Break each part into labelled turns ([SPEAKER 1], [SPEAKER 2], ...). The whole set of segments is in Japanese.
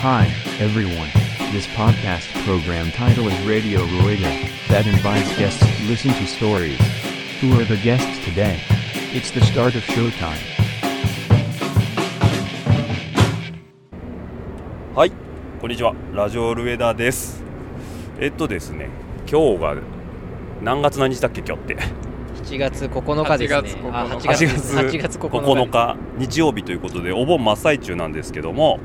[SPEAKER 1] Hi, everyone. This podcast program title is Radio Rueda, that invites guests to listen to stories. Who are the guests today? It's the start of showtime.
[SPEAKER 2] はい、こんにちは。ラジオルエダです。えっとですね、今日が何月何日だっけ今日って。
[SPEAKER 3] 7月9日ですね。あ8
[SPEAKER 2] 8
[SPEAKER 3] 月
[SPEAKER 2] 月
[SPEAKER 3] 8月9
[SPEAKER 2] 9
[SPEAKER 3] 日。
[SPEAKER 2] 日日曜日ということでお盆真っ最中なんですけども、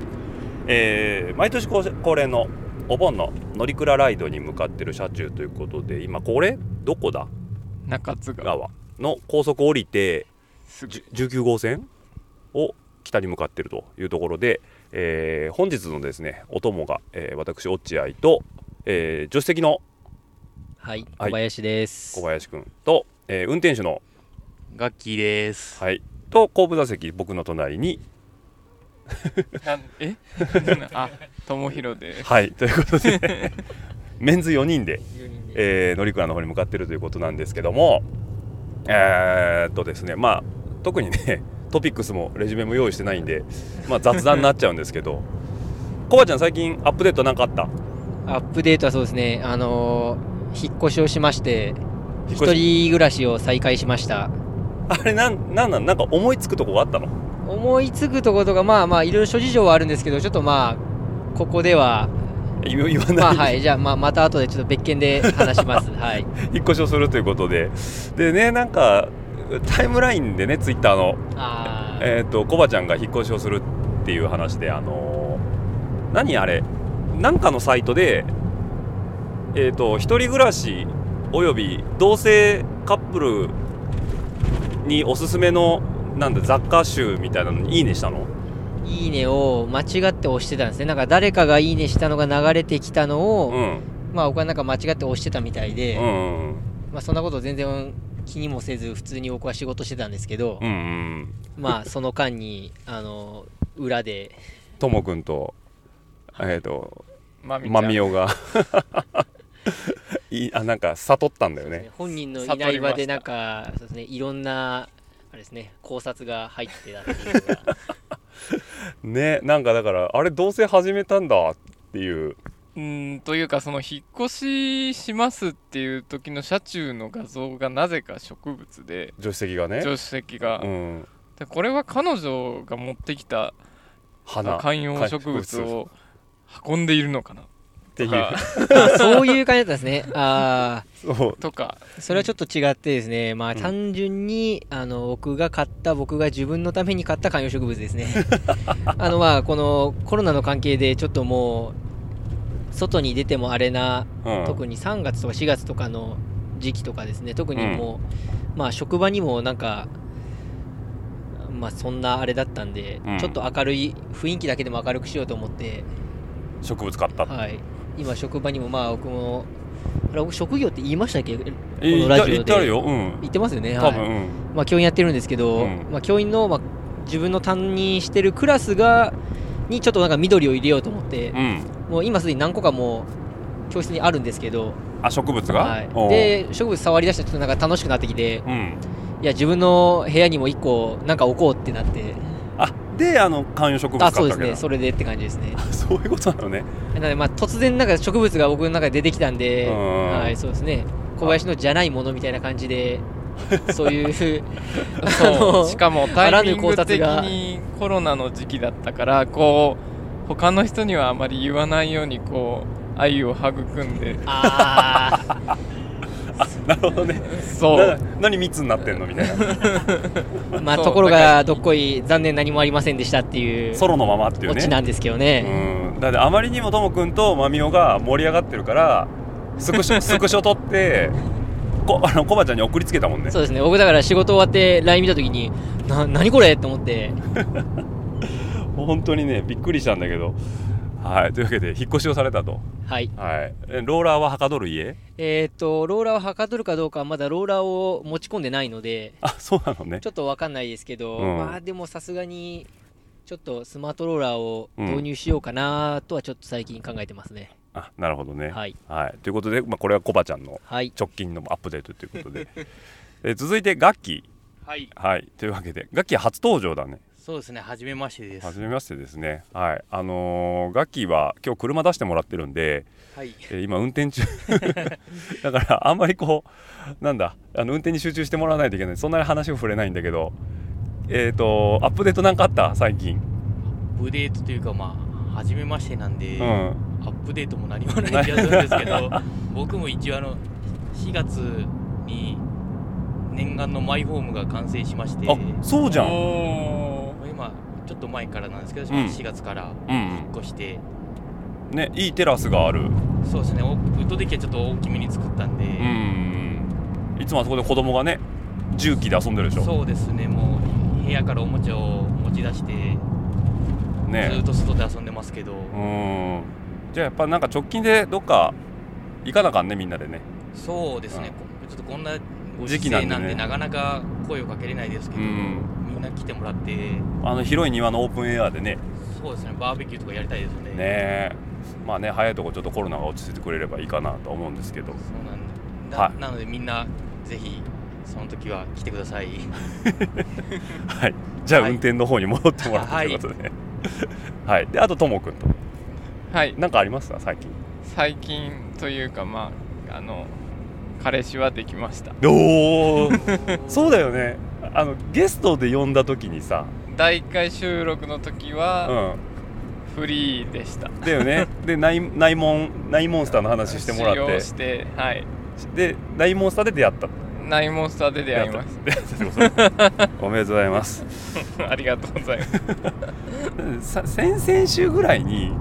[SPEAKER 2] えー毎年こう恒例のお盆の乗り比ライドに向かってる車中ということで今これどこだ
[SPEAKER 4] 中津川
[SPEAKER 2] 川の高速降りて
[SPEAKER 4] すぐ
[SPEAKER 2] じゅ19号線を北に向かっているというところで、えー本日のですねお供が、えー私落合と、えー助手席の
[SPEAKER 3] はい、小林です。
[SPEAKER 2] 小林君と、えー運転手の
[SPEAKER 5] ガッキーです。
[SPEAKER 2] はいと後部座席僕の隣に
[SPEAKER 4] なんえ あ友広で
[SPEAKER 2] はいということで メンズ4人で、
[SPEAKER 3] 4人で
[SPEAKER 2] えー、乗鞍の方に向かってるということなんですけどもえー、っとですねまあ特にね トピックスもレジュメも用意してないんで、まあ、雑談になっちゃうんですけどコバちゃん最近アップデートなんかあった
[SPEAKER 3] アップデートはそうですね。あのー引っ越しをしまして、
[SPEAKER 2] 引っ
[SPEAKER 3] 一
[SPEAKER 2] 越し
[SPEAKER 3] 人暮らしを再開しました。
[SPEAKER 2] あれなんなんなんなんか思いつくとこがあったの
[SPEAKER 3] 思いつくところとかまあまあいろいろ諸事情はあるんですけど、ちょっとまあここでは
[SPEAKER 2] 言言 わないで
[SPEAKER 3] まあはいじゃあまあまた後でちょっと別件で話します。はい。
[SPEAKER 2] 引っ越しをするということででねなんかタイムラインでねツイッターの
[SPEAKER 3] あー
[SPEAKER 2] えっ、とコバちゃんが引っ越しをするっていう話であのー何あれなんかのサイトでえっ、と一人暮らしおよび同性カップルにおすすめのなんだ雑貨集みたいなのにいいねしたの
[SPEAKER 3] いいねを間違って押してたんですね。なんか誰かがいいねしたのが流れてきたの
[SPEAKER 2] う
[SPEAKER 3] を、
[SPEAKER 2] ん
[SPEAKER 3] まあ僕はなんか間違って押してたみたいで。
[SPEAKER 2] うんうん
[SPEAKER 3] まあ、そんなこと全然気にもせず普通に僕は仕事してたんですけど
[SPEAKER 2] う、んうん
[SPEAKER 3] まあその間にあの裏で
[SPEAKER 2] ともくんとえっ、と
[SPEAKER 4] まみちゃ
[SPEAKER 2] ま
[SPEAKER 4] ん
[SPEAKER 2] みおが いあなんか悟ったんだよね
[SPEAKER 3] 本人のいな
[SPEAKER 4] 悟
[SPEAKER 3] い
[SPEAKER 4] り
[SPEAKER 3] 場
[SPEAKER 4] ました
[SPEAKER 3] でなんかそうです、ね、いろんなあれです、ね、考察が入ってたっていうの が
[SPEAKER 2] ねなんかだからあれ同棲始めたんだっていう
[SPEAKER 4] うーんというかその引っ越ししますっていう時の車中の画像がなぜか植物で
[SPEAKER 2] 助手席がね
[SPEAKER 4] 助手席が、
[SPEAKER 2] うん、
[SPEAKER 4] でこれは彼女が持ってきた
[SPEAKER 2] 花
[SPEAKER 4] 観葉植物を運んでいるのかな
[SPEAKER 2] ってい
[SPEAKER 4] と
[SPEAKER 2] う
[SPEAKER 4] か
[SPEAKER 3] あそういう感じだったんですねあ
[SPEAKER 2] そう
[SPEAKER 4] とか
[SPEAKER 3] ーそれはちょっと違ってですね、
[SPEAKER 2] う
[SPEAKER 3] まあ、
[SPEAKER 2] ん
[SPEAKER 3] 単純にあの僕が買った僕が自分のために買った観葉植物で すねあのまあこのコロナの関係でちょっともう外に出てもあれな
[SPEAKER 2] うん
[SPEAKER 3] 特に3月とか4月とかの時期とかですね特にもう、まあ職場にもなんかまあそんなあれだったんで、
[SPEAKER 2] うん
[SPEAKER 3] ちょっと明るい雰囲気だけでも明るくしようと思って、
[SPEAKER 2] 植物買ったって
[SPEAKER 3] はい、今職場にもまあ僕もあれ僕職業って言いましたっけ言
[SPEAKER 2] え言
[SPEAKER 3] この
[SPEAKER 2] っ
[SPEAKER 3] ラ
[SPEAKER 2] た
[SPEAKER 3] ジオで
[SPEAKER 2] 言ってあるようん
[SPEAKER 3] ってますよね、は
[SPEAKER 2] 多
[SPEAKER 3] い
[SPEAKER 2] 分、うん
[SPEAKER 3] まあ、教員やってるんですけど、
[SPEAKER 2] うん
[SPEAKER 3] まあ、教員の、まあ、自分の担任してるクラスがにちょっとなんか緑を入れようと思って、
[SPEAKER 2] うん
[SPEAKER 3] もう今すでに何個かもう教室にあるんですけど、
[SPEAKER 2] あ植物が、
[SPEAKER 3] は
[SPEAKER 2] お
[SPEAKER 3] い、
[SPEAKER 2] う
[SPEAKER 3] で植物触り出したらちょっとなんか楽しくなってきて、
[SPEAKER 2] うん
[SPEAKER 3] いや自分の部屋にも1個なんか置こうってなって
[SPEAKER 2] あであの観葉植物買
[SPEAKER 3] あ
[SPEAKER 2] った
[SPEAKER 3] そう
[SPEAKER 2] わけ
[SPEAKER 3] で
[SPEAKER 2] だ
[SPEAKER 3] すねそれでって感じです ね
[SPEAKER 2] あそういうことなのね
[SPEAKER 3] なのでまあ突然なんか植物が僕の中で出てきたんで
[SPEAKER 2] うん
[SPEAKER 3] はいそうですね小林のじゃないものみたいな感 じでそういうあ
[SPEAKER 4] そう
[SPEAKER 3] の
[SPEAKER 4] しかもタイ
[SPEAKER 3] あらぬ
[SPEAKER 4] ミング的
[SPEAKER 3] 考察が
[SPEAKER 4] にコロナの時期だったからこう他の人にはあまり言わないようにこう愛を育んで
[SPEAKER 3] ああ
[SPEAKER 2] なるほどね
[SPEAKER 4] そ
[SPEAKER 2] な
[SPEAKER 4] う
[SPEAKER 2] 何密になってんのみたいな
[SPEAKER 3] まあ
[SPEAKER 4] そう
[SPEAKER 3] ところがどっこい残念何もありませんでしたっていう
[SPEAKER 2] ソロのままっていう
[SPEAKER 3] オ
[SPEAKER 2] ね
[SPEAKER 3] チなんですけどね
[SPEAKER 2] うん、だってあまりにもともくんとまみおが盛り上がってるからスク ショスクショ撮ってこあのコバちゃんに送りつけたもんね
[SPEAKER 3] そうですね僕だから仕事終わって LINE 見た時にな何これって思って
[SPEAKER 2] 本当にねびっくりしたんだけどはいというわけで引っ越しをされたと
[SPEAKER 3] はい
[SPEAKER 2] はいえローラーははかどる家
[SPEAKER 3] えっ、とローラーをはかどるかどうかはまだローラーを持ち込んでないので
[SPEAKER 2] あそうなのね
[SPEAKER 3] ちょっとわかんないですけど、
[SPEAKER 2] うん
[SPEAKER 3] まあでもさすがにちょっとスマートローラーを導入しようかなとはちょっと最近考えてますね。
[SPEAKER 2] あなるほどねは、
[SPEAKER 3] はいい。
[SPEAKER 2] ということで、まあ、これはコバちゃんの
[SPEAKER 3] はい。
[SPEAKER 2] 直近のアップデートということでえ続いて楽器
[SPEAKER 4] はい
[SPEAKER 2] はいというわけで楽器初登場だね
[SPEAKER 5] そうですね、はじめましてです。
[SPEAKER 2] 初めましてですねはいあのーガッキーは今日車出してもらってるんで、
[SPEAKER 5] はい。
[SPEAKER 2] えー今運転中 だからあんまりこうなんだあの運転に集中してもらわないといけないそんなに話を触れないんだけどえっ、とアップデートなんかあった最近、
[SPEAKER 5] ブデートというか、まあ、はじめましてなんで、
[SPEAKER 2] う
[SPEAKER 5] ア
[SPEAKER 2] ん
[SPEAKER 5] ップデートも何もない気がするんですけ ど、僕も一応、あの、4月に念願のマイホームが完成しまして、
[SPEAKER 2] あそうじゃんうん
[SPEAKER 4] お
[SPEAKER 5] まあ今、ちょっと前からなんですけど、
[SPEAKER 2] うん
[SPEAKER 5] 4月から
[SPEAKER 2] うん
[SPEAKER 5] 引っ越して、
[SPEAKER 2] ねいいテラスがある
[SPEAKER 5] そうですね、おウッドデッキはちょっと大きめに作ったんで、
[SPEAKER 2] うんいつもあそこで子供がね重機で遊んでるでしょ
[SPEAKER 5] そうですね、もう部屋からおもちゃを持ち出して、ずっ
[SPEAKER 2] ね
[SPEAKER 5] と外で遊んでますけど、
[SPEAKER 2] うんじゃあやっぱなんか直近でどっか行かなあかんねみんなでね
[SPEAKER 5] そうですね、
[SPEAKER 2] うん
[SPEAKER 5] こちょっとこんなご
[SPEAKER 2] 時
[SPEAKER 5] 時
[SPEAKER 2] 期
[SPEAKER 5] 期
[SPEAKER 2] な
[SPEAKER 5] なんん
[SPEAKER 2] で
[SPEAKER 5] で、
[SPEAKER 2] ね
[SPEAKER 5] なかなか声をかけれないですけ
[SPEAKER 2] う
[SPEAKER 5] ど、
[SPEAKER 2] ん
[SPEAKER 5] みんな来てもらって、
[SPEAKER 2] あの広い庭のオープンエアでね
[SPEAKER 5] そうですね、バーベキューとかやりたいですね。
[SPEAKER 2] ねえまあね早いとこちょっとコロナが落ち着いてくれればいいかなと思うんですけど
[SPEAKER 5] そうなんだ、
[SPEAKER 2] はい
[SPEAKER 5] なのでみんな、ぜひ、その時は来てください。
[SPEAKER 2] はいじゃあ
[SPEAKER 5] はい
[SPEAKER 2] 運転の方に戻ってもらうということで はい、であとともくんと
[SPEAKER 4] はい
[SPEAKER 2] 何かありますか最近
[SPEAKER 4] 最近というかまああの彼氏はできました
[SPEAKER 2] おお そうだよねあのゲストで呼んだ時にさ
[SPEAKER 4] 第1回収録の時
[SPEAKER 2] う
[SPEAKER 4] は
[SPEAKER 2] ん
[SPEAKER 4] フリーでした、
[SPEAKER 2] だよねで内内モン内モンスターの話してもら
[SPEAKER 4] 使
[SPEAKER 2] っ
[SPEAKER 4] 用
[SPEAKER 2] て
[SPEAKER 4] してはい
[SPEAKER 2] で内モンスターで出会った
[SPEAKER 4] ナインモンスターで出会いまし
[SPEAKER 2] 出会ったってこと おめでとうございます
[SPEAKER 4] た ありがとうございます
[SPEAKER 2] さ先々週ぐらいに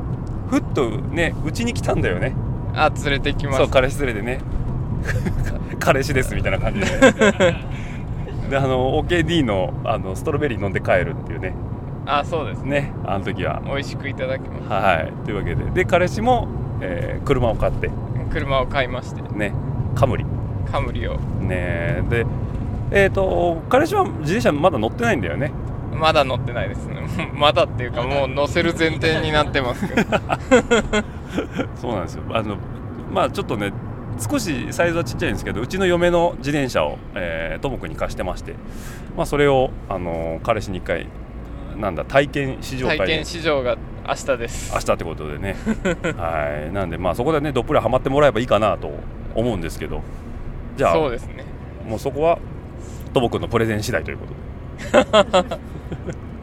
[SPEAKER 2] ふっとねうちに来たんだよね
[SPEAKER 4] あ連れてきま
[SPEAKER 2] そう
[SPEAKER 4] した
[SPEAKER 2] 彼氏連れでね 彼氏ですみたいな感じで、ね、であの OKD のあのストロベリー飲んで帰るっていうね
[SPEAKER 4] あそうです
[SPEAKER 2] ねあの時は
[SPEAKER 4] 美味しくいただきまし
[SPEAKER 2] はいというわけでで彼氏も、えー車を買って
[SPEAKER 4] た車を買いまして
[SPEAKER 2] ねカムリ
[SPEAKER 4] カムリを
[SPEAKER 2] ねでえっ、と彼氏は自転車まだ乗ってないんだよね
[SPEAKER 4] まだ乗ってないですね まだっていうかもう乗せる前提になってますけ ど
[SPEAKER 2] そうなんですよあのまあちょっとね少しサイズはちっちゃいんですけどうちの嫁の自転車をえーともくんに貸してまして、まあ、それを、あのー彼氏に一回なんだ体験試乗会
[SPEAKER 4] 体
[SPEAKER 2] に
[SPEAKER 4] 験市場が明日です
[SPEAKER 2] 明日ってことでね はいなんでまあそこでねどっぷりハマってもらえばいいかなと思うんですけどじゃあ
[SPEAKER 4] そうですね
[SPEAKER 2] もうそこはともくんのプレゼン次第ということで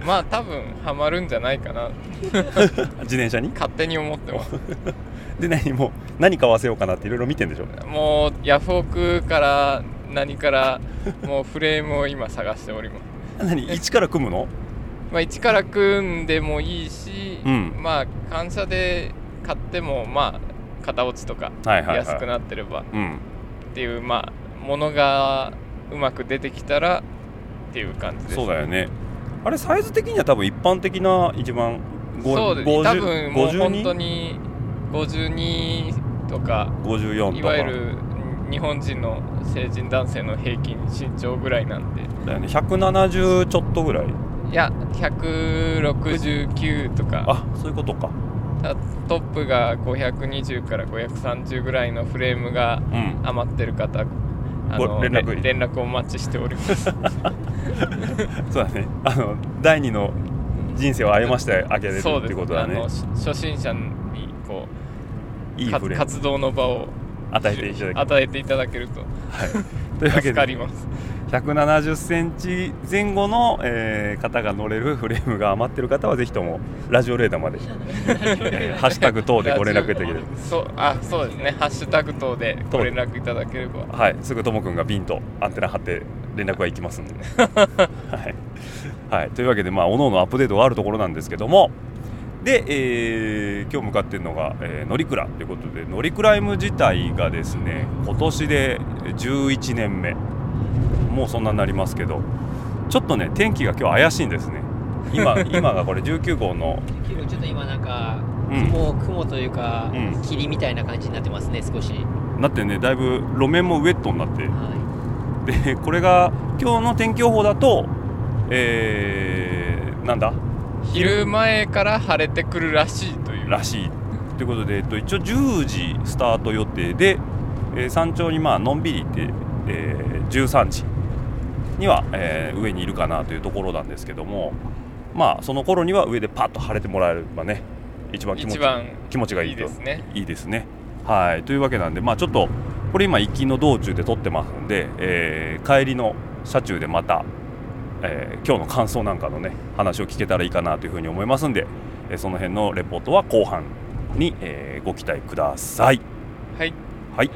[SPEAKER 4] まあ多分ハマるんじゃないかな
[SPEAKER 2] 自転車に
[SPEAKER 4] 勝手に思ってます
[SPEAKER 2] で何も何買わせようかなっていろいろ見てんでしょ
[SPEAKER 4] もうヤフオクから何 からもうフレームを今探しております
[SPEAKER 2] 何一から組むの
[SPEAKER 4] まあ一から組んでもいいし、
[SPEAKER 2] うん
[SPEAKER 4] まあ感謝で買ってもまあ型落ちとか
[SPEAKER 2] はいはいはい
[SPEAKER 4] 安くなってれば
[SPEAKER 2] うん
[SPEAKER 4] っていうまあものがうまく出てきたらっていう感じです
[SPEAKER 2] そうだよねあれサイズ的には多分一般的な一番ご
[SPEAKER 4] そうですね多分もう本当
[SPEAKER 2] 50
[SPEAKER 4] に52とか
[SPEAKER 2] 54とか
[SPEAKER 4] いわゆる日本人の成人男性の平均身長ぐらいなんで
[SPEAKER 2] だよね170ちょっとぐらい
[SPEAKER 4] いや169とか
[SPEAKER 2] あそういうことか
[SPEAKER 4] たトップが520から530ぐらいのフレームが
[SPEAKER 2] うん
[SPEAKER 4] 余ってる方あ
[SPEAKER 2] ご
[SPEAKER 4] の
[SPEAKER 2] 連絡
[SPEAKER 4] れ連絡をお待ちしております
[SPEAKER 2] そうだねあの第二の人生を歩ましてあげれるって
[SPEAKER 4] そうで
[SPEAKER 2] い
[SPEAKER 4] す
[SPEAKER 2] うことだ
[SPEAKER 4] あ
[SPEAKER 2] ね
[SPEAKER 4] のし初心者にこう
[SPEAKER 2] いい
[SPEAKER 4] か
[SPEAKER 2] フレーム
[SPEAKER 4] 活動の場を
[SPEAKER 2] 与えていただきます
[SPEAKER 4] 与えていただけると
[SPEAKER 2] というわけ
[SPEAKER 4] 助かり
[SPEAKER 2] で
[SPEAKER 4] ます
[SPEAKER 2] 170センチ前後の、えー方が乗れるフレームが余ってる方はぜひともラジオレーダー まで、えーハッシュタグ等でご連絡いただければ
[SPEAKER 4] そうあそうですねハッシュタグ等でご連絡いただければ
[SPEAKER 2] はい、すぐともくんがビンとアンテナ張って連絡が行きますんで、ねはいはい、というわけで、まあ、おののアップデートがあるところなんですけどもで、えー今日向かってるのが、えー、乗りクラということで乗りクライム自体がですね今年で11年目もうそんなになりますけどちょっとね天気が今日怪しいんですね今今がこれ19号の、
[SPEAKER 3] 結構ちょっと今なんか
[SPEAKER 2] うん
[SPEAKER 3] 雲,、雲というか、
[SPEAKER 2] うん
[SPEAKER 3] 霧みたいな感じになってますね少し、
[SPEAKER 2] なってねだいぶ路面もウェットになって
[SPEAKER 3] は
[SPEAKER 2] でこれが今日の天気予報だとえー、なんだ
[SPEAKER 4] 昼前から晴れてくるらしいという
[SPEAKER 2] らしいということで、えっと、一応10時スタート予定で、えー山頂にまあのんびり行って、えー13時には、えー上にいるかなというところなんですけども、まあその頃には上でパッと晴れてもらえればね一番気持ち
[SPEAKER 4] 一番
[SPEAKER 2] 気持ちがい
[SPEAKER 4] い
[SPEAKER 2] い
[SPEAKER 4] い
[SPEAKER 2] と
[SPEAKER 4] ですね
[SPEAKER 2] いいですね。はいというわけなんで、まあ、ちょっとこれ今行きの道中で撮ってますんで、えー帰りの車中でまた、えー今日の感想なんかのね話を聞けたらいいかなというふうに思いますんで、えーその辺のレポートは後半に、えーご期待ください。
[SPEAKER 4] はい
[SPEAKER 2] はい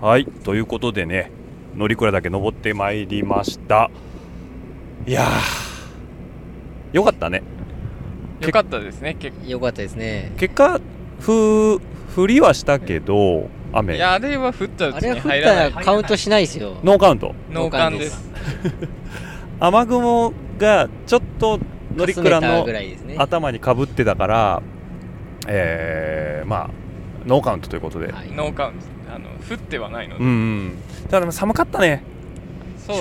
[SPEAKER 2] はいということでね乗鞍岳登ってまいりましたいやーよかったね
[SPEAKER 4] よかったですね結構
[SPEAKER 3] よかったですね。
[SPEAKER 2] 結果ふ降りはしたけど雨
[SPEAKER 4] いやあれは降ったう
[SPEAKER 3] あ
[SPEAKER 4] ち
[SPEAKER 3] れは
[SPEAKER 4] に
[SPEAKER 3] 降っ
[SPEAKER 4] 入らな
[SPEAKER 3] た
[SPEAKER 4] い
[SPEAKER 3] らカウントしないですよ。
[SPEAKER 2] ノーカウント
[SPEAKER 4] 農館です
[SPEAKER 2] 雨雲がちょっと乗鞍
[SPEAKER 3] かすめた
[SPEAKER 2] の
[SPEAKER 3] ぐらいですね。
[SPEAKER 2] 頭にかぶってたからえー、まあノーカウントということで、
[SPEAKER 3] はい
[SPEAKER 4] 農館ですあの降ってはないの
[SPEAKER 2] う
[SPEAKER 4] で、
[SPEAKER 2] んうんただでも寒かったね
[SPEAKER 4] そ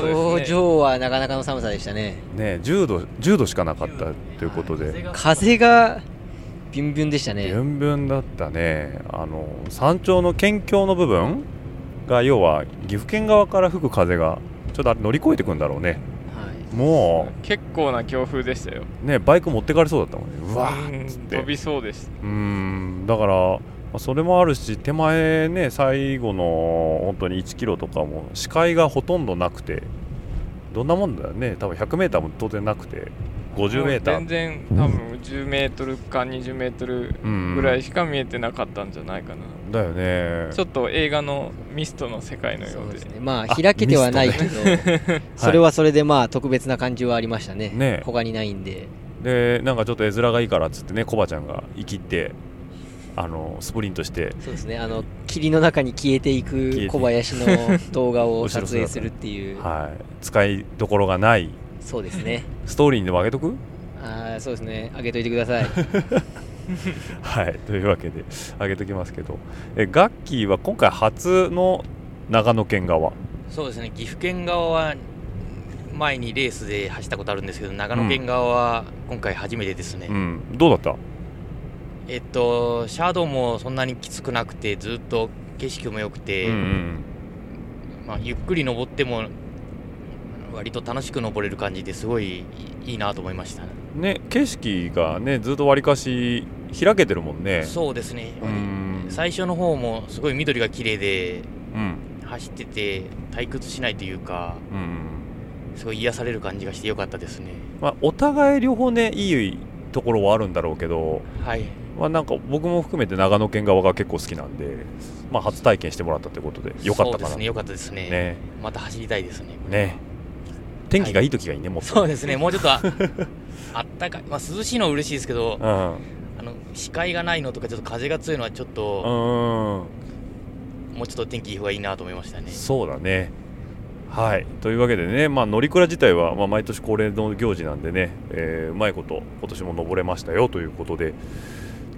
[SPEAKER 3] 頂
[SPEAKER 4] うですね
[SPEAKER 3] 上はなかなかの寒さでしたね。
[SPEAKER 2] ね10度10度しかなかったということで
[SPEAKER 3] 風がビュンビュンでした
[SPEAKER 2] ビ
[SPEAKER 3] ね
[SPEAKER 2] ュ。ンビュンだったねあの山頂の県境の部分が要は岐阜県側から吹く風がちょっとあれ乗り越えてくんだろうね
[SPEAKER 3] はい
[SPEAKER 2] も
[SPEAKER 4] 結構な強風でしたよ
[SPEAKER 2] うねバイク持ってかれそうだったもんねうわーっつっ
[SPEAKER 4] うん
[SPEAKER 2] て
[SPEAKER 4] 飛びそうでし
[SPEAKER 2] うーんだからまあそれもあるし手前ね最後の本当に1キロとかも視界がほとんどなくてどんなもんだよね多分 100m も当然なくて
[SPEAKER 4] た
[SPEAKER 2] 50m
[SPEAKER 4] 全然多分10メートルか20メートルぐらいしか見えてなかったんじゃないかな、
[SPEAKER 2] だよね
[SPEAKER 4] ちょっと映画のミストの世界のよ
[SPEAKER 3] そう
[SPEAKER 4] う
[SPEAKER 3] で
[SPEAKER 4] です
[SPEAKER 3] ね。まあ
[SPEAKER 2] あ
[SPEAKER 3] 開けてはないけど、 それはそれでまあ特別な感じはありましたね。
[SPEAKER 2] ね
[SPEAKER 3] 他にないんで。
[SPEAKER 2] でなんかちょっと絵面がいいからっつってねコバちゃんが生きってあのスプリントして
[SPEAKER 3] そうですね。あの霧の中に消えて い
[SPEAKER 2] えていく
[SPEAKER 3] く小林の動画を撮影するって いう。
[SPEAKER 2] はい使いどころがない
[SPEAKER 3] そうですね。
[SPEAKER 2] ストーリーにでも上げとく
[SPEAKER 3] ああそうですね。あげといてく ださい。
[SPEAKER 2] はいというわけで上げときますけどえガッキーは今回初の長野県側
[SPEAKER 5] そうですね岐阜県側は前にレースで走ったことあるんですけど長野県側は今回初めてですね、
[SPEAKER 2] うんどうだった
[SPEAKER 5] えっとシャドウもそんなにきつくなくてずっと景色も良くて、
[SPEAKER 2] うん
[SPEAKER 5] まあ、ゆっくり登っても割と楽しく登れる感じですごいいいいなと思いました、
[SPEAKER 2] うんね景色がねずっとわりかし開けてるもんね
[SPEAKER 5] そうですね、
[SPEAKER 2] ん
[SPEAKER 5] 最初の方もすごい緑が綺麗で
[SPEAKER 2] うん
[SPEAKER 5] 走ってて退屈しないというか
[SPEAKER 2] うんうん
[SPEAKER 5] すごい癒される感じがして良かったですね
[SPEAKER 2] まあお互い両方ねいいところはあるんだろうけど
[SPEAKER 5] はい
[SPEAKER 2] まあ、なんか僕も含めて長野県側が結構好きなんで、まあ、初体験してもらったということでよかった
[SPEAKER 5] そうで
[SPEAKER 2] かな
[SPEAKER 5] すね良かったですね
[SPEAKER 2] ね
[SPEAKER 5] また走りたいですね
[SPEAKER 2] ね天気がいい時がいいね、もっと
[SPEAKER 5] そうですねもうちょっとあ あったかい、まあ、涼しいのは嬉しいですけど
[SPEAKER 2] うん
[SPEAKER 5] あの視界がないのとかちょっと風が強いのはちょっと、
[SPEAKER 2] うん
[SPEAKER 5] もうちょっと天気いい方がいいなと思いましたね
[SPEAKER 2] そうだねはいというわけでね、まあ、乗鞍自体は、まあ、毎年恒例の行事なんでね、えーうまいこと今年も登れましたよということで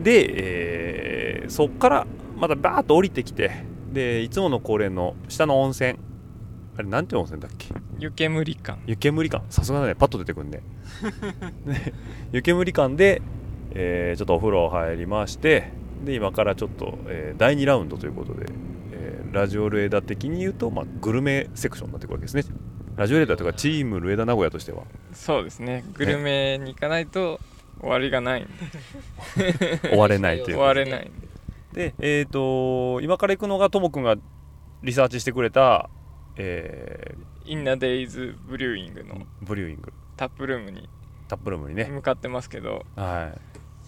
[SPEAKER 2] で、えーそっからまたバーッと降りてきてでいつもの恒例の下の温泉あれなんていう温泉だっけ
[SPEAKER 4] 湯煙感
[SPEAKER 2] 湯煙感さすがだねパッと出てくん ねね湯煙感で、えーちょっとお風呂入りましてで今からちょっと、えー第2ラウンドということで、えーラジオルエダ的に言うと、まあ、グルメセクションになってくるわけですねラジオルエダというかチームルエダ名古屋としては
[SPEAKER 4] そうですねグルメに行かないと終わりがないんで
[SPEAKER 2] 終われないとい
[SPEAKER 4] 終
[SPEAKER 2] う
[SPEAKER 4] わ
[SPEAKER 2] ことで
[SPEAKER 4] れないんで
[SPEAKER 2] でえっ、と今から行くのがともくんがリサーチしてくれた、え
[SPEAKER 4] インナデイズブリューイングの
[SPEAKER 2] ーブリューイング
[SPEAKER 4] タップルームに
[SPEAKER 2] タップルームにね、
[SPEAKER 4] 向かってますけど
[SPEAKER 2] は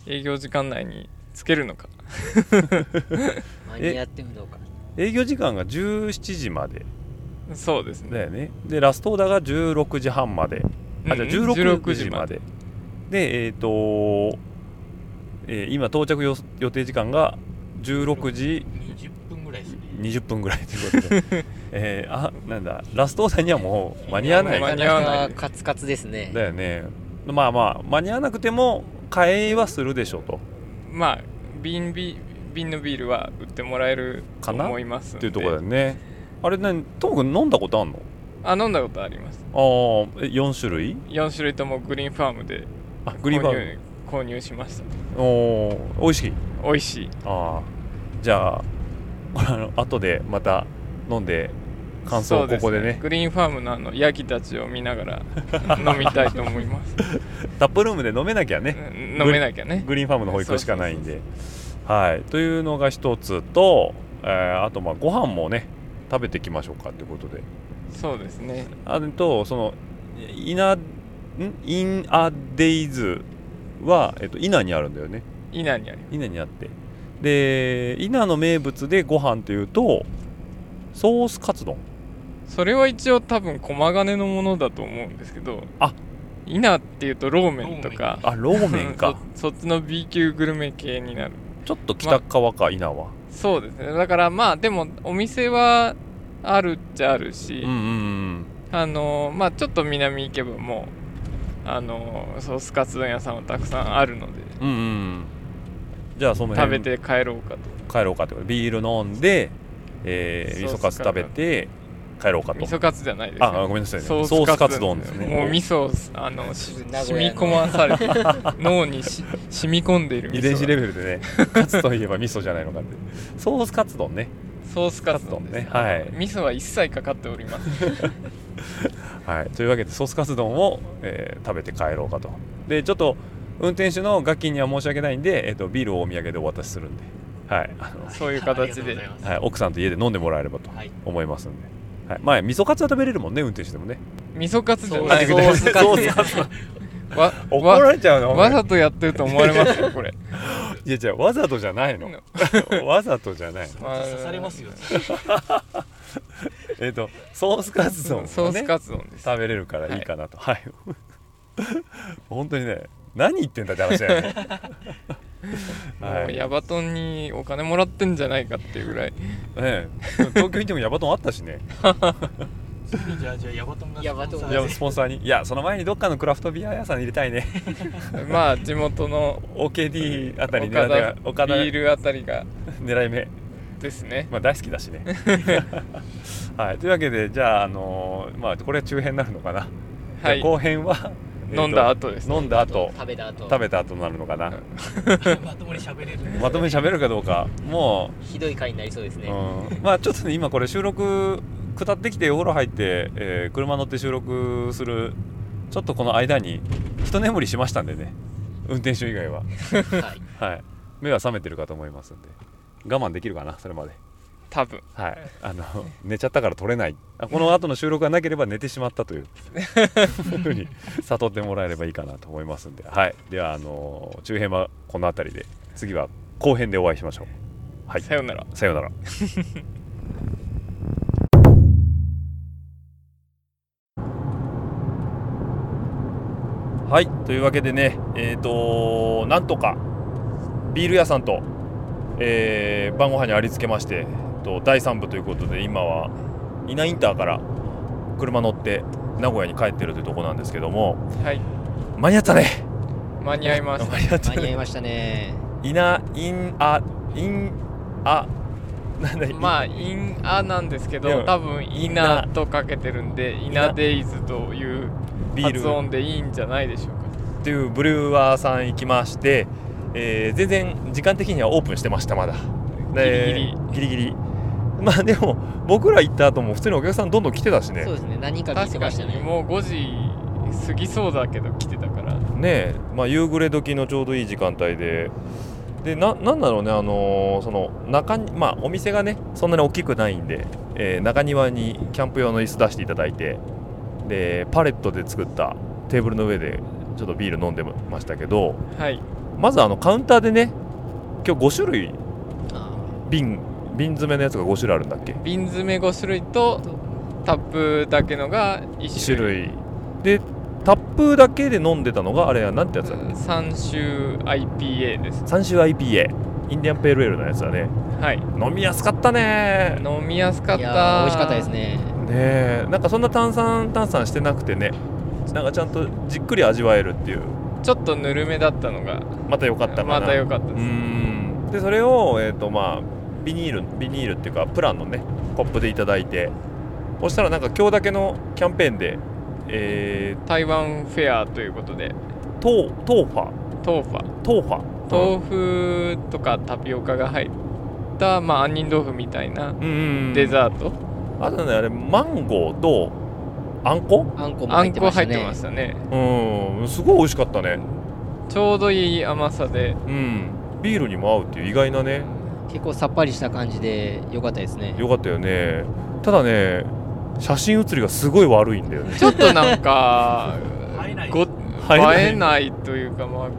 [SPEAKER 2] い
[SPEAKER 4] 営業時間内につけるのか
[SPEAKER 3] 間に合ってみようか。
[SPEAKER 2] 営業時間が17時まで
[SPEAKER 4] そうですね
[SPEAKER 2] だよねでラストオーダーが16時半まであじゃあ
[SPEAKER 4] うん
[SPEAKER 2] 16時まで、でえっ、とえー今到着予予定時間が16時
[SPEAKER 5] 20分ぐらいですね
[SPEAKER 2] 20分ぐらいということ でえーあなんだラストオーダーにはもう間に合わない
[SPEAKER 4] 間に合わない
[SPEAKER 3] かかカツカツですね。
[SPEAKER 2] だよねまあまあ間に合わなくても替えはするでしょうと
[SPEAKER 4] まあ瓶ビ瓶のビールは売ってもらえると
[SPEAKER 2] かな
[SPEAKER 4] 思いますん
[SPEAKER 2] っ
[SPEAKER 4] で
[SPEAKER 2] ていうところだよねあれねともくん飲んだことあんの
[SPEAKER 4] あ飲んだことあります
[SPEAKER 2] ああ4種類
[SPEAKER 4] 4種類ともグリーンファームで
[SPEAKER 2] あグ
[SPEAKER 4] 購
[SPEAKER 2] リーンバー
[SPEAKER 4] 入購入しました
[SPEAKER 2] グおー美味しい
[SPEAKER 4] 美味しい
[SPEAKER 2] ああじゃああの後でまた飲んで感想をここでね
[SPEAKER 4] グリーンファームのあのヤギたちを見 ながら飲みたいと思います
[SPEAKER 2] タップルームで飲めなきゃね、
[SPEAKER 4] うん飲めなきゃね
[SPEAKER 2] グリーンファームの方行くしかないんで。はい、というのが一つと、えーあとまあご飯もね食べていきましょうかということで
[SPEAKER 4] そうですね
[SPEAKER 2] あとそのイナんインアデイズは、えっと、イナにあるんだよね
[SPEAKER 4] 稲にあり
[SPEAKER 2] イナにあってでイナの名物でご飯というとソースカツ丼
[SPEAKER 4] それは一応多分駒金のものだと思うんですけど
[SPEAKER 2] あ
[SPEAKER 4] 稲っていうとローメンとか
[SPEAKER 2] あローメン か
[SPEAKER 4] そそっちの B 級グルメ系になる
[SPEAKER 2] ちょっと北川かイナは、
[SPEAKER 4] そうですねだからまあでもお店はあるっちゃあるし、
[SPEAKER 2] うんうん
[SPEAKER 4] あのーまあちょっと南行けばもうあのーソースカツ丼屋さんはたくさんあるので
[SPEAKER 2] うんうんうんじゃあその
[SPEAKER 4] 食べ
[SPEAKER 2] 辺
[SPEAKER 4] て帰ろうかと
[SPEAKER 2] 帰ろうかということでビール飲んで、えー、味噌カツ食べて帰ろうかと
[SPEAKER 4] 味噌カツじゃないですよ
[SPEAKER 2] あごめんなさいね
[SPEAKER 4] ソー
[SPEAKER 2] ソース
[SPEAKER 4] ス
[SPEAKER 2] カ
[SPEAKER 4] カ
[SPEAKER 2] ツ
[SPEAKER 4] ツ
[SPEAKER 2] 丼
[SPEAKER 4] 丼
[SPEAKER 2] で
[SPEAKER 4] ですす
[SPEAKER 2] ね
[SPEAKER 4] ねもう味噌をあのし
[SPEAKER 3] 名古
[SPEAKER 4] 染
[SPEAKER 3] 屋
[SPEAKER 4] み
[SPEAKER 3] の
[SPEAKER 4] 込まされて脳にし染み込んでいる味噌
[SPEAKER 2] 遺伝子レベルでねカツといえば味噌じゃないのかってソースカツ丼ね
[SPEAKER 4] ソースカツ丼です
[SPEAKER 2] カツ丼ねはい
[SPEAKER 4] 味噌は一切かかっておりません
[SPEAKER 2] はいというわけでソースカツ丼を、えー食べて帰ろうかとでちょっと運転手のガッキーには申し訳ないんで、えー、とビールをお土産でお渡しするんではいあの
[SPEAKER 4] そういう形で
[SPEAKER 5] ありがとうございます
[SPEAKER 2] はい、奥さんと家で飲んでもらえればと
[SPEAKER 5] はい
[SPEAKER 2] 思いますんで、はいまあ、味噌カツは食べれるもんね運転手でもね
[SPEAKER 4] 味噌カツじゃ
[SPEAKER 3] ソ
[SPEAKER 4] ない
[SPEAKER 3] ースカ
[SPEAKER 2] ソ
[SPEAKER 3] ツ
[SPEAKER 2] ースカツ
[SPEAKER 4] わ
[SPEAKER 2] 怒ら
[SPEAKER 4] わ
[SPEAKER 2] れちゃうの
[SPEAKER 4] わざとやってると思われますよこれ
[SPEAKER 2] いやじゃあわざとじゃない のわざとじゃない
[SPEAKER 4] まあ
[SPEAKER 5] 刺されますよ
[SPEAKER 2] えっ、とソースカツ丼をね
[SPEAKER 4] ソースカツ丼です
[SPEAKER 2] 食べれるからいいかなとはい、 本当にね何言ってんだって話だよねは
[SPEAKER 4] もう
[SPEAKER 2] い、
[SPEAKER 4] ヤバトンにお金もらってんじゃないかっていうぐらい
[SPEAKER 2] ええ東京行ってもヤバトンあったしね
[SPEAKER 5] じゃあじゃあヤバトンが
[SPEAKER 3] ヤバトンが
[SPEAKER 2] いやスポンサーにいやその前にどっかのクラフトビア屋さん入れたいね
[SPEAKER 4] まあ地元の
[SPEAKER 2] OKD あたり
[SPEAKER 4] 岡
[SPEAKER 2] 狙
[SPEAKER 4] 田
[SPEAKER 2] い岡田
[SPEAKER 4] ビールあたりが
[SPEAKER 2] 狙い目
[SPEAKER 4] ですね
[SPEAKER 2] まあ大好きだしねはいというわけでじゃああのーまあこれは中編になるのかな、
[SPEAKER 4] はい
[SPEAKER 2] 後編は
[SPEAKER 4] 飲ん
[SPEAKER 2] え
[SPEAKER 4] だ
[SPEAKER 2] っ
[SPEAKER 4] 後です
[SPEAKER 2] と飲んだ後
[SPEAKER 3] 食べた後
[SPEAKER 2] 食べた後になるのかな、
[SPEAKER 5] まともに喋れる
[SPEAKER 2] まとめに喋るかどうかも
[SPEAKER 3] ひどい回になりそうです
[SPEAKER 2] う、
[SPEAKER 3] ね、
[SPEAKER 2] うん、まあちょっとね今これ収録下ってきてお風呂入って、えー車乗って収録するちょっとこの間に一眠りしましたんでね運転手以外は
[SPEAKER 3] はい
[SPEAKER 2] はい目は覚めてるかと思いますんで我慢できるかなそれまで
[SPEAKER 4] 多分
[SPEAKER 2] はいあの寝ちゃったから取れないあこの後の収録がなければ寝てしまったというふうに悟ってもらえればいいかなと思いますんではいではあのー中編はこの辺りで次は後編でお会いしましょうはい
[SPEAKER 4] さようなら
[SPEAKER 2] さようならはいというわけでねえっ、となんとかビール屋さんと、えー晩ご飯にありつけまして、えーと第3部ということで今は伊那インターから車乗って名古屋に帰ってるというところなんですけども
[SPEAKER 4] はい
[SPEAKER 2] 間に合ったね
[SPEAKER 4] 間に合いま
[SPEAKER 2] 間
[SPEAKER 4] す
[SPEAKER 2] に合った
[SPEAKER 3] 間に合い
[SPEAKER 2] ね
[SPEAKER 3] ましたね
[SPEAKER 2] 伊那インアインアなんだ
[SPEAKER 4] まあインアなんですけ
[SPEAKER 2] で
[SPEAKER 4] ど
[SPEAKER 2] も
[SPEAKER 4] 多分イナとかけてるんでイナデイズという
[SPEAKER 2] ビール
[SPEAKER 4] 発音でいいんじゃないでしょうか
[SPEAKER 2] っていうブリュワーさん行きまして、えー全然時間的にはオープンしてましたまだでギリギリまあでも僕ら行った後も普通にお客さんどんどん来てたし ね
[SPEAKER 3] そうですね何人か聞いて
[SPEAKER 4] 確か
[SPEAKER 3] ました
[SPEAKER 4] に
[SPEAKER 3] ね
[SPEAKER 4] もう5時過ぎそうだけど来てたから
[SPEAKER 2] ねえ、まあ、夕暮れ時のちょうどいい時間帯ででななんだろうねあのーその中にまあお店がねそんなに大きくないんで、えー中庭にキャンプ用の椅子出していただいてでパレットで作ったテーブルの上でちょっとビール飲んでましたけど
[SPEAKER 4] はい
[SPEAKER 2] まずあのカウンターでね今日5種類
[SPEAKER 3] あ
[SPEAKER 2] 瓶瓶詰めのやつが5種類あるんだっけ
[SPEAKER 4] 瓶詰め5種類とタップだけのが1
[SPEAKER 2] 1
[SPEAKER 4] 種
[SPEAKER 2] 種
[SPEAKER 4] 類
[SPEAKER 2] 類でタップだけで飲んでたのがあれはなんてやつだっけ
[SPEAKER 4] 三種 IPA です
[SPEAKER 2] 三種 IPA インディアンペールエールのやつだね
[SPEAKER 4] はい
[SPEAKER 2] 飲みやすかったねね
[SPEAKER 4] 飲みやすか
[SPEAKER 3] あ
[SPEAKER 4] っ
[SPEAKER 3] い
[SPEAKER 4] た
[SPEAKER 3] やー美味しかったですね
[SPEAKER 2] えなんかそんな炭酸炭酸してなくてねなんかちゃんとじっくり味わえるっていう
[SPEAKER 4] ちょっとぬるめだったのが
[SPEAKER 2] また良かったかな
[SPEAKER 4] また良かった
[SPEAKER 2] う
[SPEAKER 4] です、
[SPEAKER 2] んでそれをえっ、とまあビニールビニールっていうかプランのねコップでいただいてそしたらなんか今日だけのキャンペーンでえ
[SPEAKER 4] 台湾フェアということで
[SPEAKER 2] ー、トートーファ
[SPEAKER 4] 豆腐ァ
[SPEAKER 2] トーファ
[SPEAKER 4] 豆腐とかタピオカが入った、まあ、杏仁豆腐みたいな
[SPEAKER 2] うんうんうん
[SPEAKER 4] デザート
[SPEAKER 2] あとねあれマンゴーとあんこ
[SPEAKER 3] あんこも
[SPEAKER 4] あ
[SPEAKER 3] 入っ
[SPEAKER 4] ん
[SPEAKER 3] て
[SPEAKER 4] こ
[SPEAKER 3] まし
[SPEAKER 4] 入
[SPEAKER 3] た
[SPEAKER 4] ってま
[SPEAKER 3] ね
[SPEAKER 4] したね
[SPEAKER 2] うんすごい美味しかったね
[SPEAKER 4] ちょうどいい甘さで
[SPEAKER 2] うんビールにも合うっていう意外なね
[SPEAKER 3] 結構さっぱりした感じで良かったですね
[SPEAKER 2] よかったよねただね写真写りがすごい悪いんだよね
[SPEAKER 4] ちょっとなんか
[SPEAKER 5] 映えない
[SPEAKER 4] ご映
[SPEAKER 2] えない
[SPEAKER 4] えないというかまあ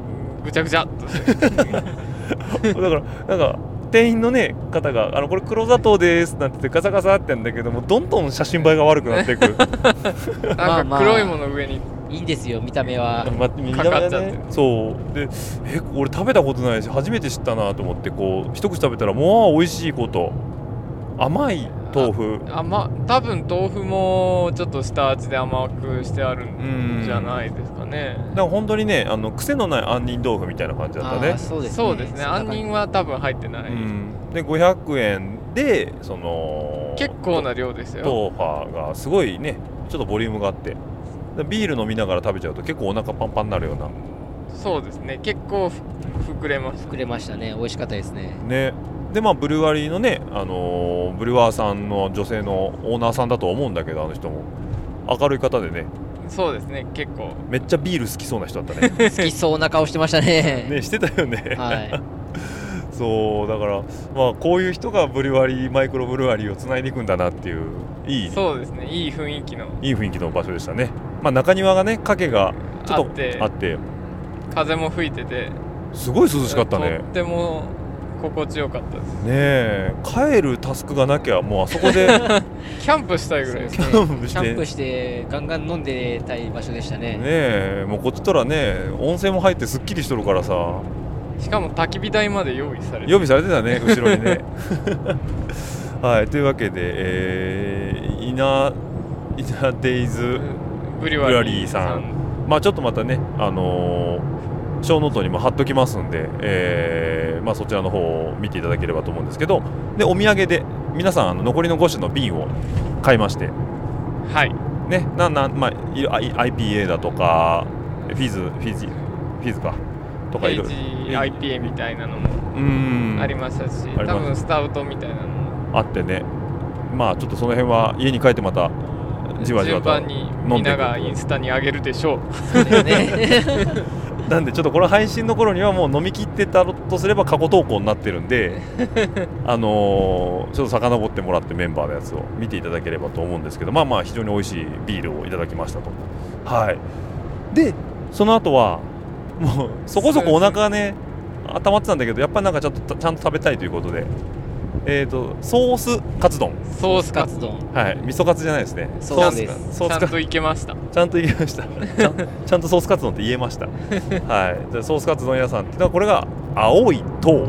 [SPEAKER 4] ぐちゃぐちゃっとして
[SPEAKER 2] だからなんか店員のね方が「あのこれ黒砂糖です」なんて言ってガサガサってやんだけどもどんどん写真映えが悪くなってい く
[SPEAKER 3] ま
[SPEAKER 4] な
[SPEAKER 3] あ
[SPEAKER 4] ん
[SPEAKER 3] ま
[SPEAKER 4] か
[SPEAKER 3] あ
[SPEAKER 4] 黒いもの上に
[SPEAKER 3] いいんですよ見た目は
[SPEAKER 2] ま見た目
[SPEAKER 4] かか
[SPEAKER 2] が
[SPEAKER 4] っちゃって
[SPEAKER 2] ねそうでえ俺食べたことないし初めて知ったなと思ってこう一口食べたらもう美味しいこと甘い豆腐
[SPEAKER 4] 甘多分豆腐もちょっと下味で甘くしてある
[SPEAKER 2] うん
[SPEAKER 4] んじゃないですかね
[SPEAKER 2] なんか本当にねあの癖のない杏仁豆腐みたいな感じだった
[SPEAKER 3] あ
[SPEAKER 2] ね
[SPEAKER 3] ーそうですね
[SPEAKER 4] そうですね
[SPEAKER 3] そんな感
[SPEAKER 4] 杏
[SPEAKER 3] じ
[SPEAKER 4] 仁は多分入ってない、
[SPEAKER 2] うんで500円でその
[SPEAKER 4] 結構な量ですよ
[SPEAKER 2] 豆腐がすごいねちょっとボリュームがあってでビール飲みながら食べちゃうと結構お腹パンパンになるような
[SPEAKER 4] そうですね結構ふ膨れます
[SPEAKER 3] くれましたね美味しかったですね
[SPEAKER 2] ねでまあブルワリーのね、あのーブルワーさんの女性のオーナーさんだと思うんだけどあの人も明るい方でね
[SPEAKER 4] そうですね結構
[SPEAKER 2] めっちゃビール好きそうな人だった ね
[SPEAKER 3] 好きそうな顔してましたね
[SPEAKER 2] ねしてたよね、
[SPEAKER 3] はい
[SPEAKER 2] そうだからまあこういう人がブルワリーマイクロブルワリーをつないでいくんだなっていういい
[SPEAKER 4] そうですねいい雰囲気の
[SPEAKER 2] いい雰囲気の場所でしたねまあ中庭がね影がちょっと
[SPEAKER 4] あって
[SPEAKER 2] あって
[SPEAKER 4] 風も吹いてて
[SPEAKER 2] すごい涼しかったね
[SPEAKER 4] とっても心地よかったです
[SPEAKER 2] ねえ帰るタスクがなきゃもうあそこで ね
[SPEAKER 4] キャンプしたいぐらいです
[SPEAKER 3] キ
[SPEAKER 2] キャンプして
[SPEAKER 3] ャンプしてガンガン飲んでたい場所でしたね
[SPEAKER 2] えもうこっちとらね温泉も入ってすっきりしとるからさ
[SPEAKER 4] しかも焚き火台まで用意され
[SPEAKER 2] 予備
[SPEAKER 4] て
[SPEAKER 2] されてたね後ろに ねはいというわけでえー、イナイナデイズ
[SPEAKER 4] ブリ
[SPEAKER 2] ブラ
[SPEAKER 4] ワ
[SPEAKER 2] リ
[SPEAKER 4] リ
[SPEAKER 2] ー
[SPEAKER 4] ー
[SPEAKER 2] さ
[SPEAKER 4] さ
[SPEAKER 2] ん
[SPEAKER 4] ん
[SPEAKER 2] まあちょっとまたねあのー、ショーノートにも貼っときますんで、えーまあ、そちらの方を見ていただければと思うんですけどでお土産で皆さんあの残りの5種の瓶を買いまして
[SPEAKER 4] はい
[SPEAKER 2] ねななまあいろあい IPA だとかフィズフィズフィズかとかいろいろ
[SPEAKER 4] HIPA みたいなのも
[SPEAKER 2] うん
[SPEAKER 4] ありましたし、
[SPEAKER 2] ありました
[SPEAKER 4] 多分スタウトみたいなのも
[SPEAKER 2] あってねまあちょっとその辺は家に帰ってまたじわじわ
[SPEAKER 4] 順
[SPEAKER 2] と
[SPEAKER 4] 番に
[SPEAKER 2] 飲ん
[SPEAKER 4] みん
[SPEAKER 2] でい
[SPEAKER 4] な
[SPEAKER 2] く
[SPEAKER 4] がインスタに上げるでしょう
[SPEAKER 3] そうだよね
[SPEAKER 2] なんでちょっとこの配信の頃にはもう飲み切ってたとすれば過去投稿になってるんであのーちょっと遡ってもらってメンバーのやつを見ていただければと思うんですけどまあまあ非常に美味しいビールをいただきましたとはいでその後はもうそこそこお腹がね温まってたんだけどやっぱりなんかちょっとちゃんと食べたいということでえー、とソースカツ丼
[SPEAKER 4] ソース
[SPEAKER 3] ス
[SPEAKER 4] カ
[SPEAKER 3] カ
[SPEAKER 4] ツ
[SPEAKER 3] ツ丼
[SPEAKER 2] はい味噌カツじゃないですね
[SPEAKER 3] ソ
[SPEAKER 4] ース
[SPEAKER 2] ソー
[SPEAKER 3] で
[SPEAKER 2] ス
[SPEAKER 3] す
[SPEAKER 2] ソー
[SPEAKER 4] ち
[SPEAKER 2] ス
[SPEAKER 4] ゃ
[SPEAKER 2] カ
[SPEAKER 4] ん
[SPEAKER 2] ツ
[SPEAKER 4] といけました
[SPEAKER 2] ちゃんと言いました。ちゃんちゃんとソースカツ丼って言えました。はい。でソースカツ丼屋さんっていうのはこれが青い塔。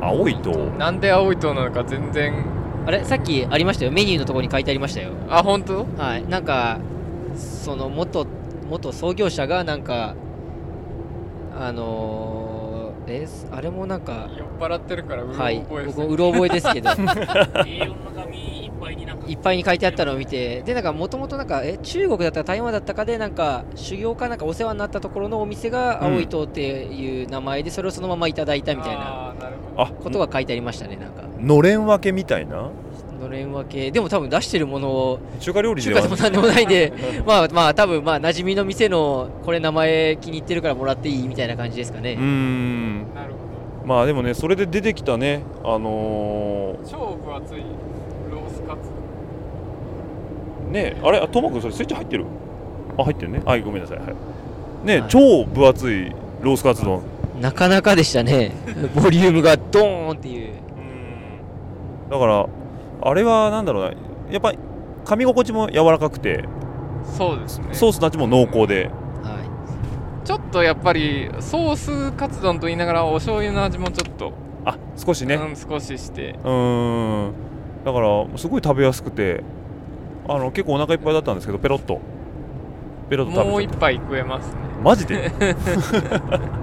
[SPEAKER 2] 青い塔。
[SPEAKER 4] なんで青い塔なのか全然
[SPEAKER 3] あれさっきありましたよメニューのところに書いてありましたよ
[SPEAKER 4] あ本当
[SPEAKER 3] はいなんかその元元創業者がなんかあのー、えあれもなんか
[SPEAKER 4] 酔っ払ってるからうろ
[SPEAKER 3] はい
[SPEAKER 4] 覚えです
[SPEAKER 3] 僕
[SPEAKER 4] ね
[SPEAKER 3] うろ覚えですけど
[SPEAKER 5] A4 の紙いっぱいになんか
[SPEAKER 3] いっぱいに書いてあったのを見てでなんかもともとなんかえ中国だったか台湾だったかでなんか修行かなんかお世話になったところのお店が青い塔っていう名前でそれをそのままいただいたみたいな
[SPEAKER 4] あーなるほど
[SPEAKER 2] あ、
[SPEAKER 3] ことが書いてありましたねなんか
[SPEAKER 2] のれん分けみたいな。
[SPEAKER 3] のれん分けでも多分出してるものを
[SPEAKER 2] 中華料理
[SPEAKER 3] 中
[SPEAKER 2] で
[SPEAKER 3] 華
[SPEAKER 2] は
[SPEAKER 3] でもなんでもないん でまあまあ多分まあ馴染みの店のこれ名前気に入ってるからもらっていいみたいな感じですか
[SPEAKER 2] うー
[SPEAKER 3] ね、
[SPEAKER 2] ん。
[SPEAKER 4] なるほ
[SPEAKER 2] まあでもね、それで出てきたね、あの
[SPEAKER 4] ど超分厚いロースカツ
[SPEAKER 2] ー、ね、あれ、あともくんそれスイッチ入ってるあ、入ってるね。はい、ごめんなさい。はい。ね、
[SPEAKER 3] はい
[SPEAKER 2] 超分厚いロースカツ丼。
[SPEAKER 3] なかなかでしたねボリュームがドーンっていう
[SPEAKER 2] だから、あれはなんだろうな。やっぱり噛み心地も柔らかくて、
[SPEAKER 4] そうですね
[SPEAKER 2] ソースたちも濃厚で。
[SPEAKER 3] は
[SPEAKER 4] ちょっとやっぱりソースカツ丼と言いながらお醤油の味もちょっと、
[SPEAKER 2] あ少しね
[SPEAKER 4] うん、少しして
[SPEAKER 2] うーんだからすごい食べやすくてあの結構お腹いっぱいだったんですけどペロッとペロッと
[SPEAKER 4] も
[SPEAKER 2] 食
[SPEAKER 4] う
[SPEAKER 2] べちゃ
[SPEAKER 4] 一
[SPEAKER 2] っ
[SPEAKER 4] 杯食えますね
[SPEAKER 2] たマジで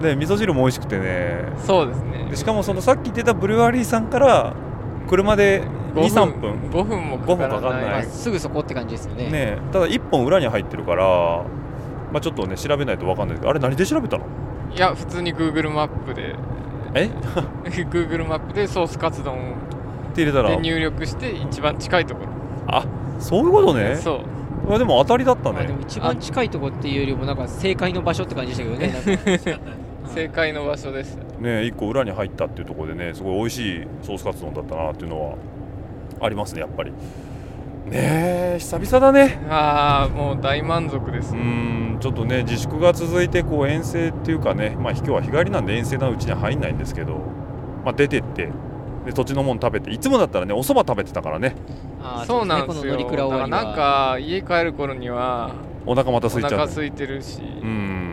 [SPEAKER 2] ね味噌汁も美味しくてね
[SPEAKER 4] そうですね
[SPEAKER 2] でしかもそのさっき出たブルワリーさんから車で23分
[SPEAKER 4] 5分もかから
[SPEAKER 2] 5分かかん
[SPEAKER 4] ない
[SPEAKER 2] ない
[SPEAKER 3] い、すぐそこって感じですよね
[SPEAKER 2] ねただ1本裏に入ってるからまあちょっとね調べないと分かんないけどあれ何で調べたの
[SPEAKER 4] いや普通に Google マップで
[SPEAKER 2] え
[SPEAKER 4] Google マップでソースカツ丼
[SPEAKER 2] って入れたら
[SPEAKER 4] で入力して一番近いところ
[SPEAKER 2] あそういうことね
[SPEAKER 4] そう
[SPEAKER 2] いやでも当たりだった
[SPEAKER 3] まあ、で
[SPEAKER 2] ね
[SPEAKER 3] も一番近いとこっていうよりもなんか正解の場所って感じでしたけどねなんか
[SPEAKER 4] 正解の場所です
[SPEAKER 2] ね一個裏に入ったっていうところでねすごい美味しいソースカツ丼だったなっていうのはありますねやっぱりねえ久々だね
[SPEAKER 4] ああもう大満足で
[SPEAKER 2] う
[SPEAKER 4] す
[SPEAKER 2] ーんちょっとね自粛が続いてこう遠征っていうかねまあ今日は日帰りなんで遠征なうちには入んないんですけど、まあ、出てってで土地のもん食べていつもだったらねお蕎麦食べてたからね
[SPEAKER 3] あー
[SPEAKER 4] そうなんで
[SPEAKER 3] ね
[SPEAKER 4] す
[SPEAKER 3] この乗
[SPEAKER 4] よ
[SPEAKER 3] り
[SPEAKER 4] だ
[SPEAKER 3] 比
[SPEAKER 4] か
[SPEAKER 3] べ終わ
[SPEAKER 4] ら
[SPEAKER 3] りは
[SPEAKER 4] なんか家帰る頃には
[SPEAKER 2] お腹また
[SPEAKER 4] お
[SPEAKER 2] 空いちゃ
[SPEAKER 4] 腹
[SPEAKER 2] って
[SPEAKER 4] 空いてるし
[SPEAKER 2] うーん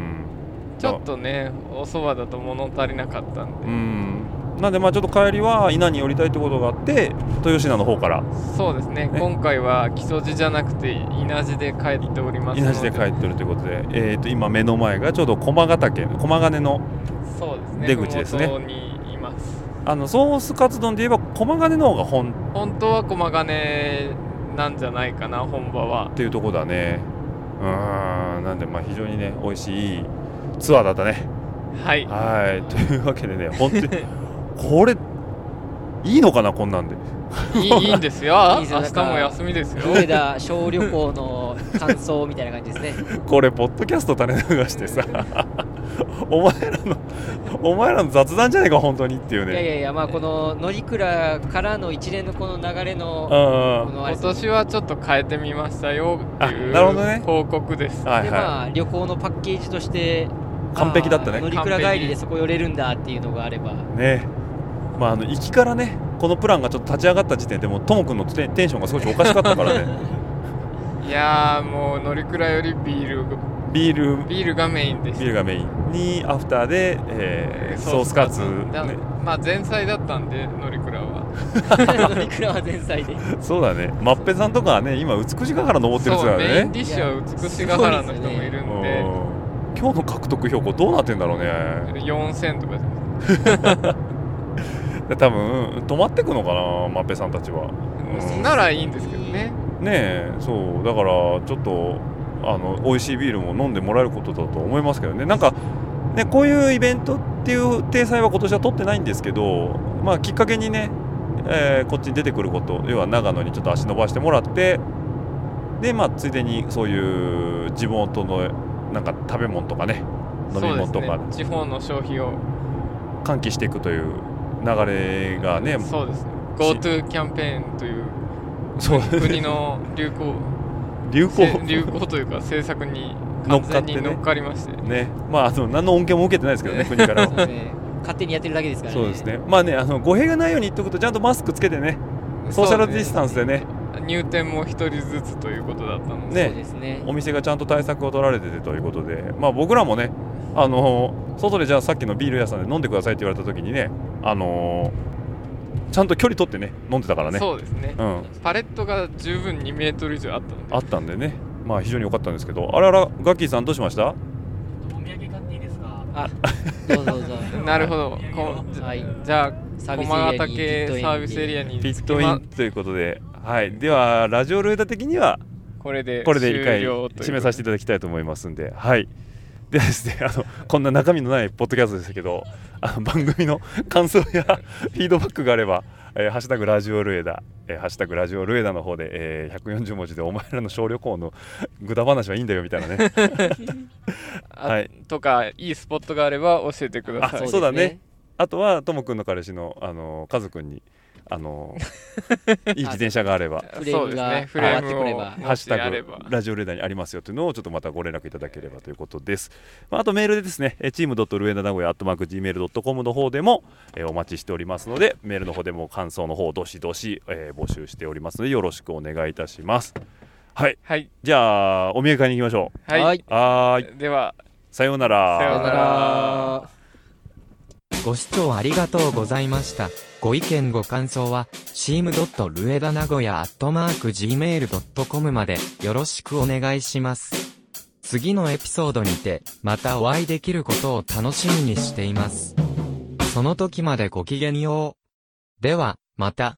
[SPEAKER 4] ちょっとねおそばだと物足りなかったん
[SPEAKER 2] う
[SPEAKER 4] で
[SPEAKER 2] ーんなんでまあちょっと帰りは稲に寄りたいってことがあって豊品の方から
[SPEAKER 4] そうですね
[SPEAKER 2] ね
[SPEAKER 4] 今回は木曽路じゃなくて稲地で帰っておりますの
[SPEAKER 2] 稲地で帰ってるということで、えー、と今目の前がちょうど駒ヶ岳駒ヶ根の
[SPEAKER 4] そうですね
[SPEAKER 2] 出口ですね
[SPEAKER 4] 麓にいます
[SPEAKER 2] あのソースカツ丼で言えば駒ヶ根の方が本
[SPEAKER 4] 本当は駒ヶ根なんじゃないかな本場は
[SPEAKER 2] っていうとこだねうーんなんでまあ非常にね美味しいツアーだったね
[SPEAKER 4] はい
[SPEAKER 2] はいというわけでね本当 にこれいいのかなこんなんで
[SPEAKER 4] いいいいんですよ
[SPEAKER 3] いいです
[SPEAKER 4] 明
[SPEAKER 3] よ
[SPEAKER 4] 日も休みですよ
[SPEAKER 3] 上田小旅行の感想みたいな感じですね
[SPEAKER 2] これポッドキャスト垂れ流してさ お前らのお前らの雑談じゃないか本当にっていう
[SPEAKER 3] い
[SPEAKER 2] ね
[SPEAKER 3] やいやいやまあこの乗り比べからの一連のこの流れ
[SPEAKER 2] う
[SPEAKER 3] の
[SPEAKER 2] ん
[SPEAKER 3] こ
[SPEAKER 2] うん
[SPEAKER 3] のあれで
[SPEAKER 4] 今
[SPEAKER 3] すね
[SPEAKER 4] 年はちょっと変えてみましたよってい
[SPEAKER 2] あなるほどね
[SPEAKER 4] う報告です、
[SPEAKER 2] はい
[SPEAKER 3] で
[SPEAKER 2] は
[SPEAKER 3] まあ旅行のパッケージとして
[SPEAKER 2] 完璧だったね
[SPEAKER 3] あー乗り比べ帰りでそこ寄れるんだっていうのがあれば
[SPEAKER 2] いねまああの行きからねこのプランがちょっと立ち上がった時点でもうともくんのテンテンションが少しおかしかったからね
[SPEAKER 4] い、やーもう乗り倉よりビール
[SPEAKER 2] ビール
[SPEAKER 4] ビールがメインで
[SPEAKER 2] ビ
[SPEAKER 4] した
[SPEAKER 2] ールがメインにアフターで、えーソースカツ、
[SPEAKER 4] だ
[SPEAKER 2] ね、
[SPEAKER 4] まあ前菜だったんで乗り倉は
[SPEAKER 3] 乗り比べは前菜で
[SPEAKER 2] そうだねまっぺさんとかはね今美しがから登ってるやつ
[SPEAKER 4] そ
[SPEAKER 2] だ
[SPEAKER 4] うメイ
[SPEAKER 2] よ
[SPEAKER 4] ン
[SPEAKER 2] ね
[SPEAKER 4] ディッシュは美しが原の人もいる
[SPEAKER 2] うんん
[SPEAKER 4] で
[SPEAKER 2] 今日の獲得標高どうなってんだろう ね
[SPEAKER 4] 4000とかです
[SPEAKER 2] で多分止まってくのかなまっぺさんたちはうん
[SPEAKER 4] ならいいんですけどね
[SPEAKER 2] ねえそうだからちょっとあの美味しいビールも飲んでもらえることだと思いますけどねなんかねこういうイベントっていう体裁は今年は取ってないんですけどまあきっかけにね、えーこっちに出てくること要は長野にちょっと足伸ばしてもらってでまあついでにそういう地元のなんか食べ物とかね飲み
[SPEAKER 4] そうで
[SPEAKER 2] 物
[SPEAKER 4] す
[SPEAKER 2] とか
[SPEAKER 4] ね地方の消費を
[SPEAKER 2] 喚起していくという流れがね
[SPEAKER 4] そうですね GoTo キャンペーンという
[SPEAKER 2] そう
[SPEAKER 4] 国の 流行
[SPEAKER 2] 流
[SPEAKER 4] せ
[SPEAKER 2] 行
[SPEAKER 4] 流行というか政策に完全に乗っかりまして
[SPEAKER 2] ねまああの何の恩恵も受けてないですけど ね国からは
[SPEAKER 3] そうですね勝手にやってるだけですからね
[SPEAKER 2] そうですね。まあね、あの語弊がないように言っておくと、ちゃんとマスクつけてね、ソーシャルディスタンスでね、
[SPEAKER 4] 入店も一人ずつということだったので、
[SPEAKER 2] ね
[SPEAKER 3] そうですね
[SPEAKER 2] お店がちゃんと対策を取られててということで、まあ僕らもね、あの外でじゃあさっきのビール屋さんで飲んでくださいって言われた時にね、あのちゃんと距離取ってね、飲んでたからね。
[SPEAKER 4] そうですね
[SPEAKER 2] うん。
[SPEAKER 4] パレットが十分2メートル以上あったので
[SPEAKER 2] あったんでね、まあ非常に良かったんですけど、あらら、ガッキーさんどうしました？
[SPEAKER 5] お土産買っていいですか
[SPEAKER 3] あどうぞどうぞ
[SPEAKER 4] なるほどこうじゃ
[SPEAKER 3] はい
[SPEAKER 4] じゃ
[SPEAKER 3] サ
[SPEAKER 4] あ
[SPEAKER 3] ービス
[SPEAKER 4] 駒
[SPEAKER 3] エリア
[SPEAKER 4] ヶ
[SPEAKER 3] に
[SPEAKER 4] 岳サービスエリアに
[SPEAKER 2] ピ
[SPEAKER 4] 着
[SPEAKER 2] ッ
[SPEAKER 4] き
[SPEAKER 2] トイ
[SPEAKER 4] ま
[SPEAKER 2] ンということで、はい。ではラジオルーダ的には
[SPEAKER 4] これで
[SPEAKER 2] これで一回
[SPEAKER 4] 終了と
[SPEAKER 2] 締
[SPEAKER 4] い
[SPEAKER 2] め
[SPEAKER 4] う
[SPEAKER 2] させていただきたいと思いますんで、はい。ではですね、あのこんな中身のないポッドキャストですけど、あの番組の 感想やフィードバックがあれば、えーハッシュタグラジオルエダ、えーハッシュタグラジオルエダの方で、えー140文字でお前らの小旅行のぐだ話はいいんだよみたいなね。
[SPEAKER 4] あ
[SPEAKER 2] はい
[SPEAKER 4] とかいいスポッ トがあれば教えてくだ
[SPEAKER 2] あ
[SPEAKER 4] さい
[SPEAKER 2] そうだねあとはともくんの彼氏のあのカズくんにあ のいい自転車があれば。
[SPEAKER 3] フレームが
[SPEAKER 4] フレー
[SPEAKER 3] 上がってくれば
[SPEAKER 4] ムを
[SPEAKER 2] ハッ
[SPEAKER 4] も
[SPEAKER 2] シ
[SPEAKER 4] し
[SPEAKER 2] ュ
[SPEAKER 4] あ
[SPEAKER 2] タ
[SPEAKER 4] れ
[SPEAKER 2] グ
[SPEAKER 4] ば
[SPEAKER 2] ラジオレーダーにありますよというのをちょっとまたご連絡いただければということです。まあ、あとメールでですね、えーチームドットルエナ名古屋アットマーク gmail ドットコムの方でも、えーお待ちしておりますので、メールの方でも感想の方どしどし、えー募集しておりますのでよろしくお願いいたします。はい、
[SPEAKER 4] はい
[SPEAKER 2] じゃあお見合いに行きましょ
[SPEAKER 4] はい、
[SPEAKER 3] はい、
[SPEAKER 2] う。はーい、
[SPEAKER 4] では
[SPEAKER 2] さようなら。
[SPEAKER 4] さようなら
[SPEAKER 6] ご視聴ありがとうございました。ご意見ご感想は、s e a m r u e d a n a g o y a g m a i l c o m までよろしくお願いします。次のエピソードにて、またお会いできることを楽しみにしています。その時までごきげんよう。では、また。